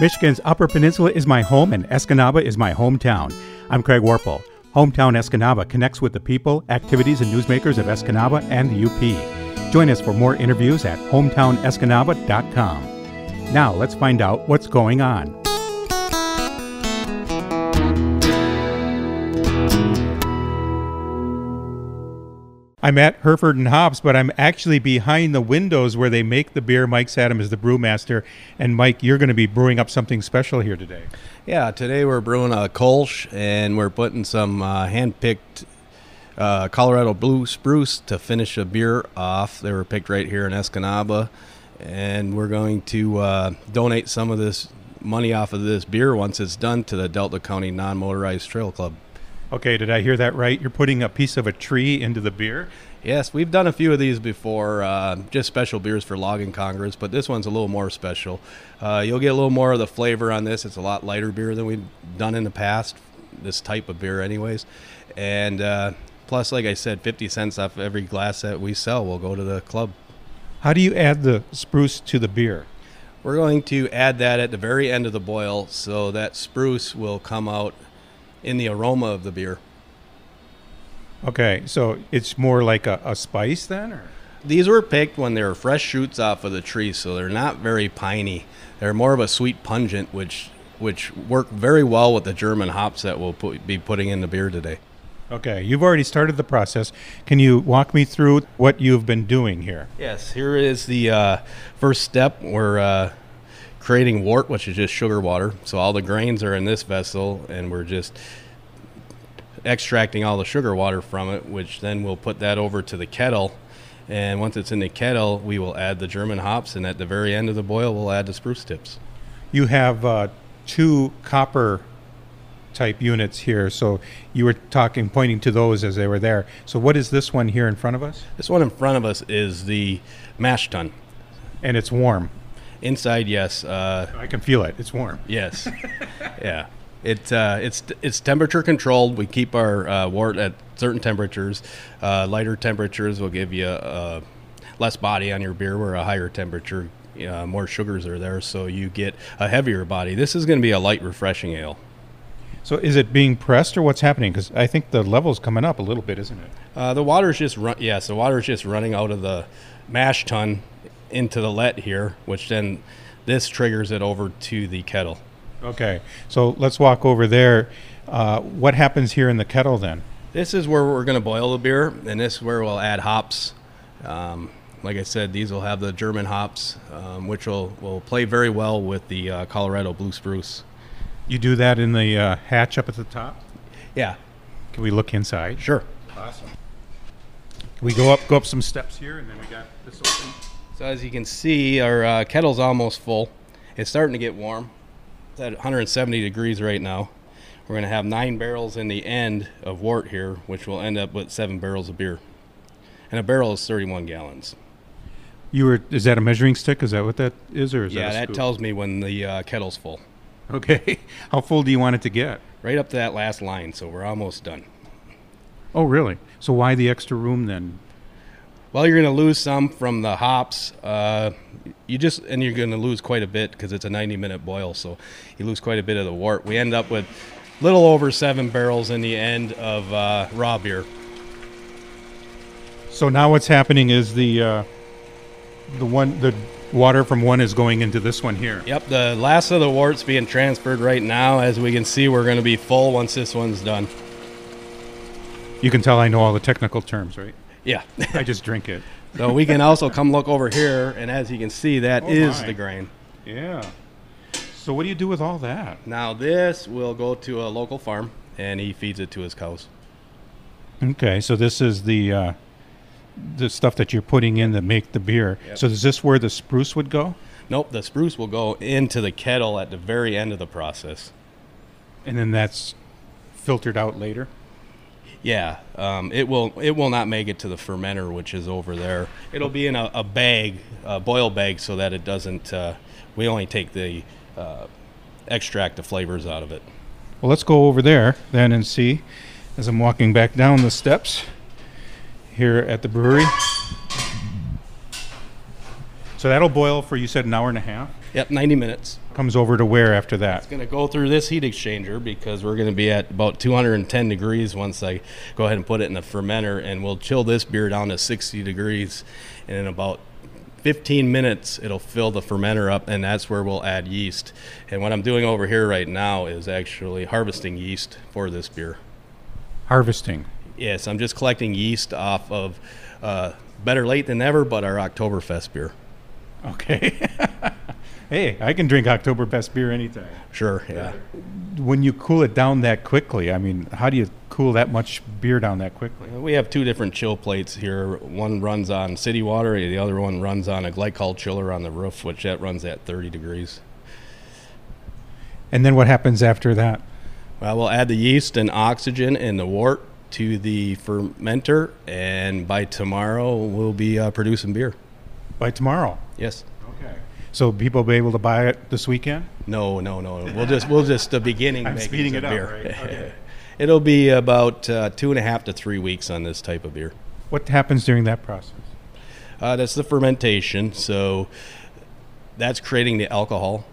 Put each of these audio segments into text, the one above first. Michigan's Upper Peninsula is my home, and Escanaba is my hometown. I'm Craig Warple. Hometown Escanaba connects with the people, activities, and newsmakers of Escanaba and the UP. Join us for more interviews at hometownescanaba.com. Now, let's find out what's going on. I'm at Hereford and Hops, but I'm actually behind the windows where they make the beer. Mike Saddam is the brewmaster, and Mike, you're going to be brewing up something special here today. Yeah, today we're brewing a Kolsch, and we're putting some uh, hand-picked uh, Colorado blue spruce to finish a beer off. They were picked right here in Escanaba, and we're going to uh, donate some of this money off of this beer once it's done to the Delta County Non-Motorized Trail Club. Okay, did I hear that right? You're putting a piece of a tree into the beer? Yes, we've done a few of these before, uh, just special beers for logging congress, but this one's a little more special. Uh, you'll get a little more of the flavor on this. It's a lot lighter beer than we've done in the past, this type of beer, anyways. And uh, plus, like I said, 50 cents off every glass that we sell will go to the club. How do you add the spruce to the beer? We're going to add that at the very end of the boil so that spruce will come out in the aroma of the beer. Okay, so it's more like a, a spice then, or These were picked when they were fresh shoots off of the tree, so they're not very piney. They're more of a sweet pungent, which which work very well with the German hops that we'll put, be putting in the beer today. okay? You've already started the process. Can you walk me through what you've been doing here? Yes, here is the uh, first step. We're uh, creating wort, which is just sugar water. So all the grains are in this vessel, and we're just extracting all the sugar water from it, which then we'll put that over to the kettle. And once it's in the kettle, we will add the German hops, and at the very end of the boil, we'll add the spruce tips. You have uh, two copper type units here, so you were talking, pointing to those as they were there. So what is this one here in front of us? This one in front of us is the mash tun. And it's warm. Inside, yes, uh, I can feel it. It's warm. Yes. yeah. It, uh, it's it's temperature controlled. We keep our uh, wort at certain temperatures. Uh, lighter temperatures will give you uh, less body on your beer, where a higher temperature, uh, more sugars are there, so you get a heavier body. This is going to be a light, refreshing ale. So is it being pressed or what's happening? Because I think the level's coming up a little bit, isn't it? Uh, the water's just run. Yes, the water's just running out of the mash tun into the let here, which then this triggers it over to the kettle. Okay, so let's walk over there. Uh, what happens here in the kettle then? This is where we're going to boil the beer, and this is where we'll add hops. Um, like I said, these will have the German hops, um, which will, will play very well with the uh, Colorado blue spruce. You do that in the uh, hatch up at the top. Yeah, Can we look inside? sure. Awesome. Can we go up, go up some steps here, and then we got this open. So as you can see, our uh, kettle's almost full. It's starting to get warm. It's at 170 degrees right now. We're going to have nine barrels in the end of wort here, which will end up with seven barrels of beer. And a barrel is 31 gallons. You were? Is that a measuring stick? Is that what that is, or is yeah, that a that scoop? tells me when the uh, kettle's full. Okay. How full do you want it to get? right up to that last line, so we're almost done. Oh, really? So why the extra room then? Well, you're going to lose some from the hops. Uh, you just and you're going to lose quite a bit because it's a 90 minute boil, so you lose quite a bit of the wort. We end up with little over seven barrels in the end of uh, raw beer. So now what's happening is the uh, the one the water from one is going into this one here. Yep, the last of the wort's being transferred right now. As we can see, we're going to be full once this one's done. You can tell I know all the technical terms, right? Yeah. I just drink it. so we can also come look over here, and as you can see, that Oh, is my. the grain. Yeah. So what do you do with all that? Now this will go to a local farm, and he feeds it to his cows. Okay, so this is the uh, the stuff that you're putting in to make the beer. Yep. So is this where the spruce would go? Nope, the spruce will go into the kettle at the very end of the process. And then that's filtered out later. Yeah, um, it will. It will not make it to the fermenter, which is over there. It'll be in a, a bag, a boil bag, so that it doesn't. Uh, we only take the uh, extract, the flavors out of it. Well, let's go over there then and see as I'm walking back down the steps here at the brewery. So that'll boil for you said an hour and a half. Yep, 90 minutes. comes over to where after that? It's going to go through this heat exchanger because we're going to be at about 210 degrees once I go ahead and put it in the fermenter, and we'll chill this beer down to 60 degrees, and in about 15 minutes it'll fill the fermenter up, and that's where we'll add yeast. And what I'm doing over here right now is actually harvesting yeast for this beer. Harvesting. Yes, I'm just collecting yeast off of uh, better late than never, but our Oktoberfest beer. Okay. hey, I can drink October best beer anytime. Sure, yeah. When you cool it down that quickly, I mean, how do you cool that much beer down that quickly? We have two different chill plates here. One runs on city water, the other one runs on a glycol chiller on the roof, which that runs at 30 degrees. And then what happens after that? Well, we'll add the yeast and oxygen and the wort to the fermenter, and by tomorrow we'll be uh, producing beer. By tomorrow. Yes. Okay. So people will be able to buy it this weekend? No, no, no. We'll just we'll just the beginning. I'm making speeding some it up, beer. right? Okay. It'll be about uh, two and a half to three weeks on this type of beer. What happens during that process? Uh, that's the fermentation. So that's creating the alcohol.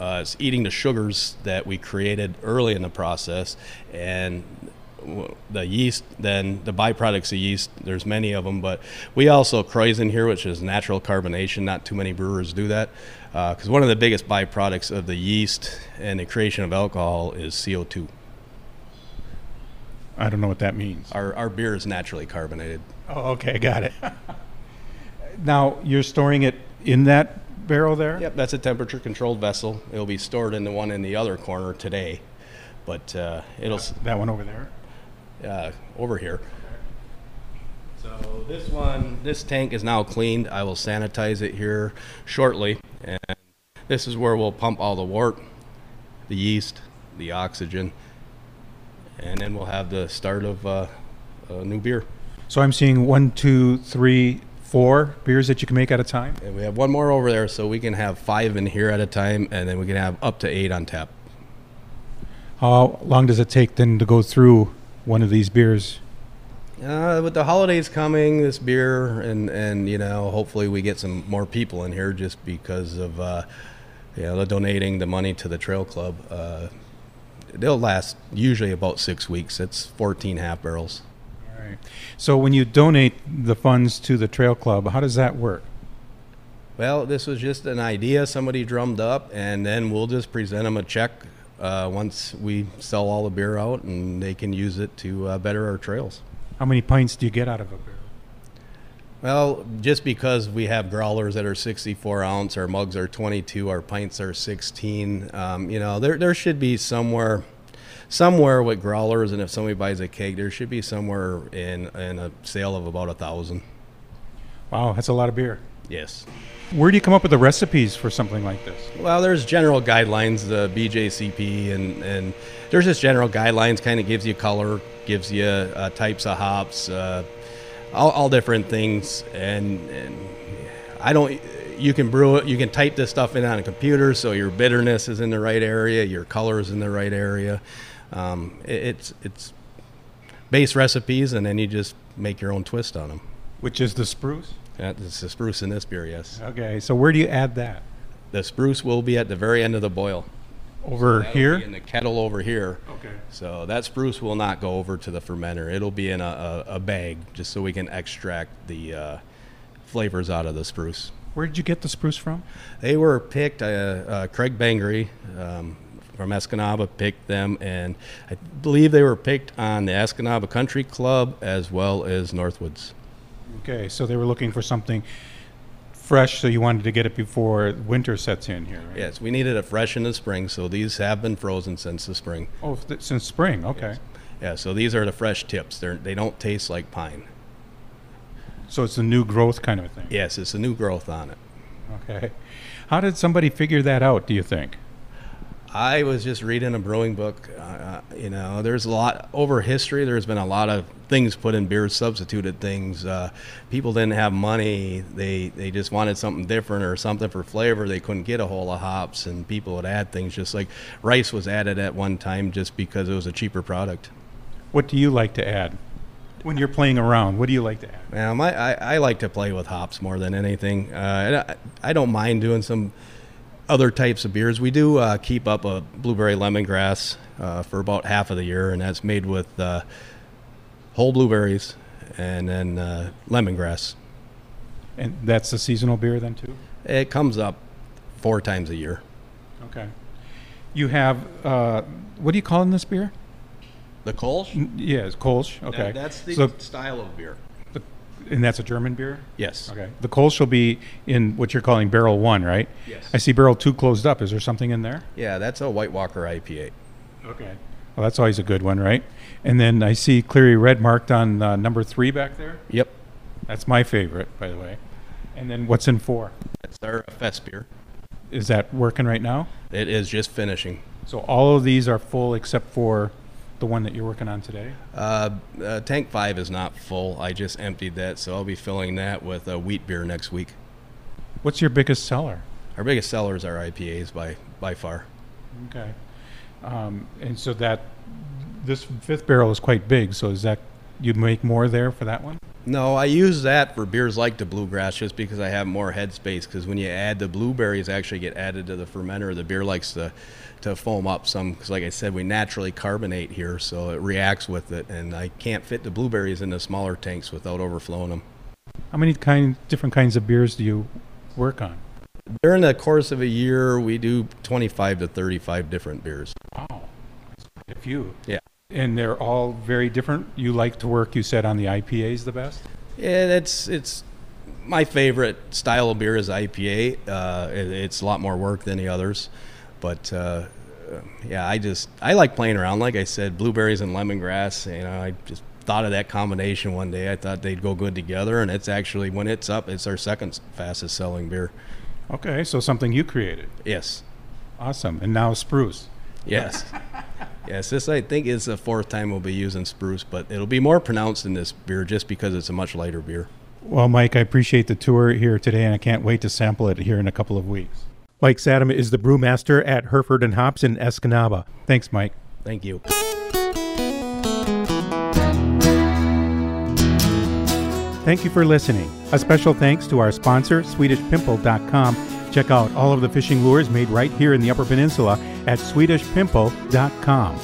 Uh, it's eating the sugars that we created early in the process, and w- the yeast. Then the byproducts of yeast. There's many of them, but we also Croizen here, which is natural carbonation. Not too many brewers do that because one of the biggest byproducts of the yeast and the creation of alcohol is CO2. I don't know what that means. Our our beer is naturally carbonated. Oh, okay, got it. now, you're storing it in that barrel there? Yep, that's a temperature controlled vessel. It'll be stored in the one in the other corner today, but uh, it'll s- That one over there? uh, over here. So this one, this tank is now cleaned. I will sanitize it here shortly, and this is where we'll pump all the wort, the yeast, the oxygen, and then we'll have the start of uh, a new beer. So I'm seeing one, two, three, four beers that you can make at a time? And we have one more over there, so we can have five in here at a time, and then we can have up to eight on tap. How long does it take then to go through one of these beers? Uh, with the holidays coming, this beer and and you know, hopefully we get some more people in here just because of uh, you know the donating the money to the trail club. Uh, they'll last usually about six weeks. It's 14 half barrels. So when you donate the funds to the trail club, how does that work? Well, this was just an idea somebody drummed up, and then we'll just present them a check uh, once we sell all the beer out, and they can use it to uh, better our trails. How many pints do you get out of a barrel? Well, just because we have growlers that are 64 ounce, our mugs are 22, our pints are 16. Um, you know, there there should be somewhere, somewhere with growlers, and if somebody buys a keg, there should be somewhere in in a sale of about a thousand. Wow, that's a lot of beer. Yes. Where do you come up with the recipes for something like this? Well, there's general guidelines, the BJCP, and, and there's just general guidelines. Kind of gives you color, gives you uh, types of hops, uh, all, all different things. And, and I don't. You can brew it. You can type this stuff in on a computer, so your bitterness is in the right area, your color is in the right area. Um, it, it's it's base recipes, and then you just make your own twist on them. Which is the spruce? That's the spruce in this beer, yes. Okay, so where do you add that? The spruce will be at the very end of the boil. Over That'll here? be in the kettle over here. Okay. So that spruce will not go over to the fermenter. It'll be in a, a, a bag just so we can extract the uh, flavors out of the spruce. Where did you get the spruce from? They were picked. Uh, uh, Craig Bangry um, from Escanaba picked them, and I believe they were picked on the Escanaba Country Club as well as Northwoods. Okay, so they were looking for something fresh, so you wanted to get it before winter sets in here, right? Yes, we needed it fresh in the spring, so these have been frozen since the spring. Oh, th- since spring, okay. Yeah, so these are the fresh tips. They're, they don't taste like pine. So it's a new growth kind of a thing. Yes, it's a new growth on it. Okay. How did somebody figure that out, do you think? I was just reading a brewing book. Uh, you know, there's a lot over history. There's been a lot of things put in beer, substituted things. Uh, people didn't have money. They they just wanted something different or something for flavor. They couldn't get a whole of hops, and people would add things. Just like rice was added at one time, just because it was a cheaper product. What do you like to add? When you're playing around, what do you like to add? Now, my, I, I like to play with hops more than anything. Uh, and I, I don't mind doing some other types of beers. We do uh, keep up a blueberry lemongrass uh, for about half of the year, and that's made with uh, whole blueberries and then uh, lemongrass. And that's a seasonal beer then too. It comes up four times a year. Okay. You have uh, what do you call in this beer? The Kolsch? N- Yeah, it's Kolsch. Mm, Okay. that's the So- style of beer. the- and that's a German beer. Yes. Okay. The Kolsch will be in what you're calling barrel one, right? Yes. I see barrel two closed up. Is there something in there? Yeah, that's a White Walker IPA. Okay. Well, that's always a good one, right? And then I see Cleary Red marked on uh, number three back there. Yep. That's my favorite, by the way. And then what's in four? That's our fest beer. Is that working right now? It is just finishing. So all of these are full except for the one that you're working on today. Uh, uh, tank five is not full. I just emptied that, so I'll be filling that with a wheat beer next week. What's your biggest seller? Our biggest sellers are IPAs by by far. Okay. Um, and so that this fifth barrel is quite big. So is that you make more there for that one? No, I use that for beers like the bluegrass just because I have more headspace. Because when you add the blueberries, actually get added to the fermenter, the beer likes to to foam up some. Because like I said, we naturally carbonate here, so it reacts with it, and I can't fit the blueberries into smaller tanks without overflowing them. How many kind different kinds of beers do you work on? During the course of a year, we do 25 to 35 different beers. Wow, that's quite a few. Yeah. And they're all very different. You like to work, you said, on the IPAs the best. Yeah, it's it's my favorite style of beer is IPA. Uh, it, it's a lot more work than the others, but uh, yeah, I just I like playing around. Like I said, blueberries and lemongrass. You know, I just thought of that combination one day. I thought they'd go good together, and it's actually when it's up, it's our second fastest selling beer. Okay, so something you created. Yes, Awesome. And now spruce. yes. Yes, this I think is the fourth time we'll be using spruce, but it'll be more pronounced in this beer just because it's a much lighter beer. Well, Mike, I appreciate the tour here today, and I can't wait to sample it here in a couple of weeks. Mike Sadam is the brewmaster at Hereford and Hops in Escanaba. Thanks, Mike. Thank you. Thank you for listening. A special thanks to our sponsor, SwedishPimple.com. Check out all of the fishing lures made right here in the Upper Peninsula at SwedishPimple.com.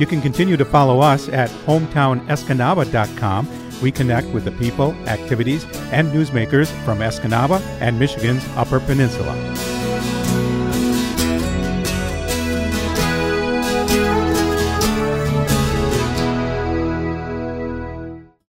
You can continue to follow us at HometownEscanaba.com. We connect with the people, activities, and newsmakers from Escanaba and Michigan's Upper Peninsula.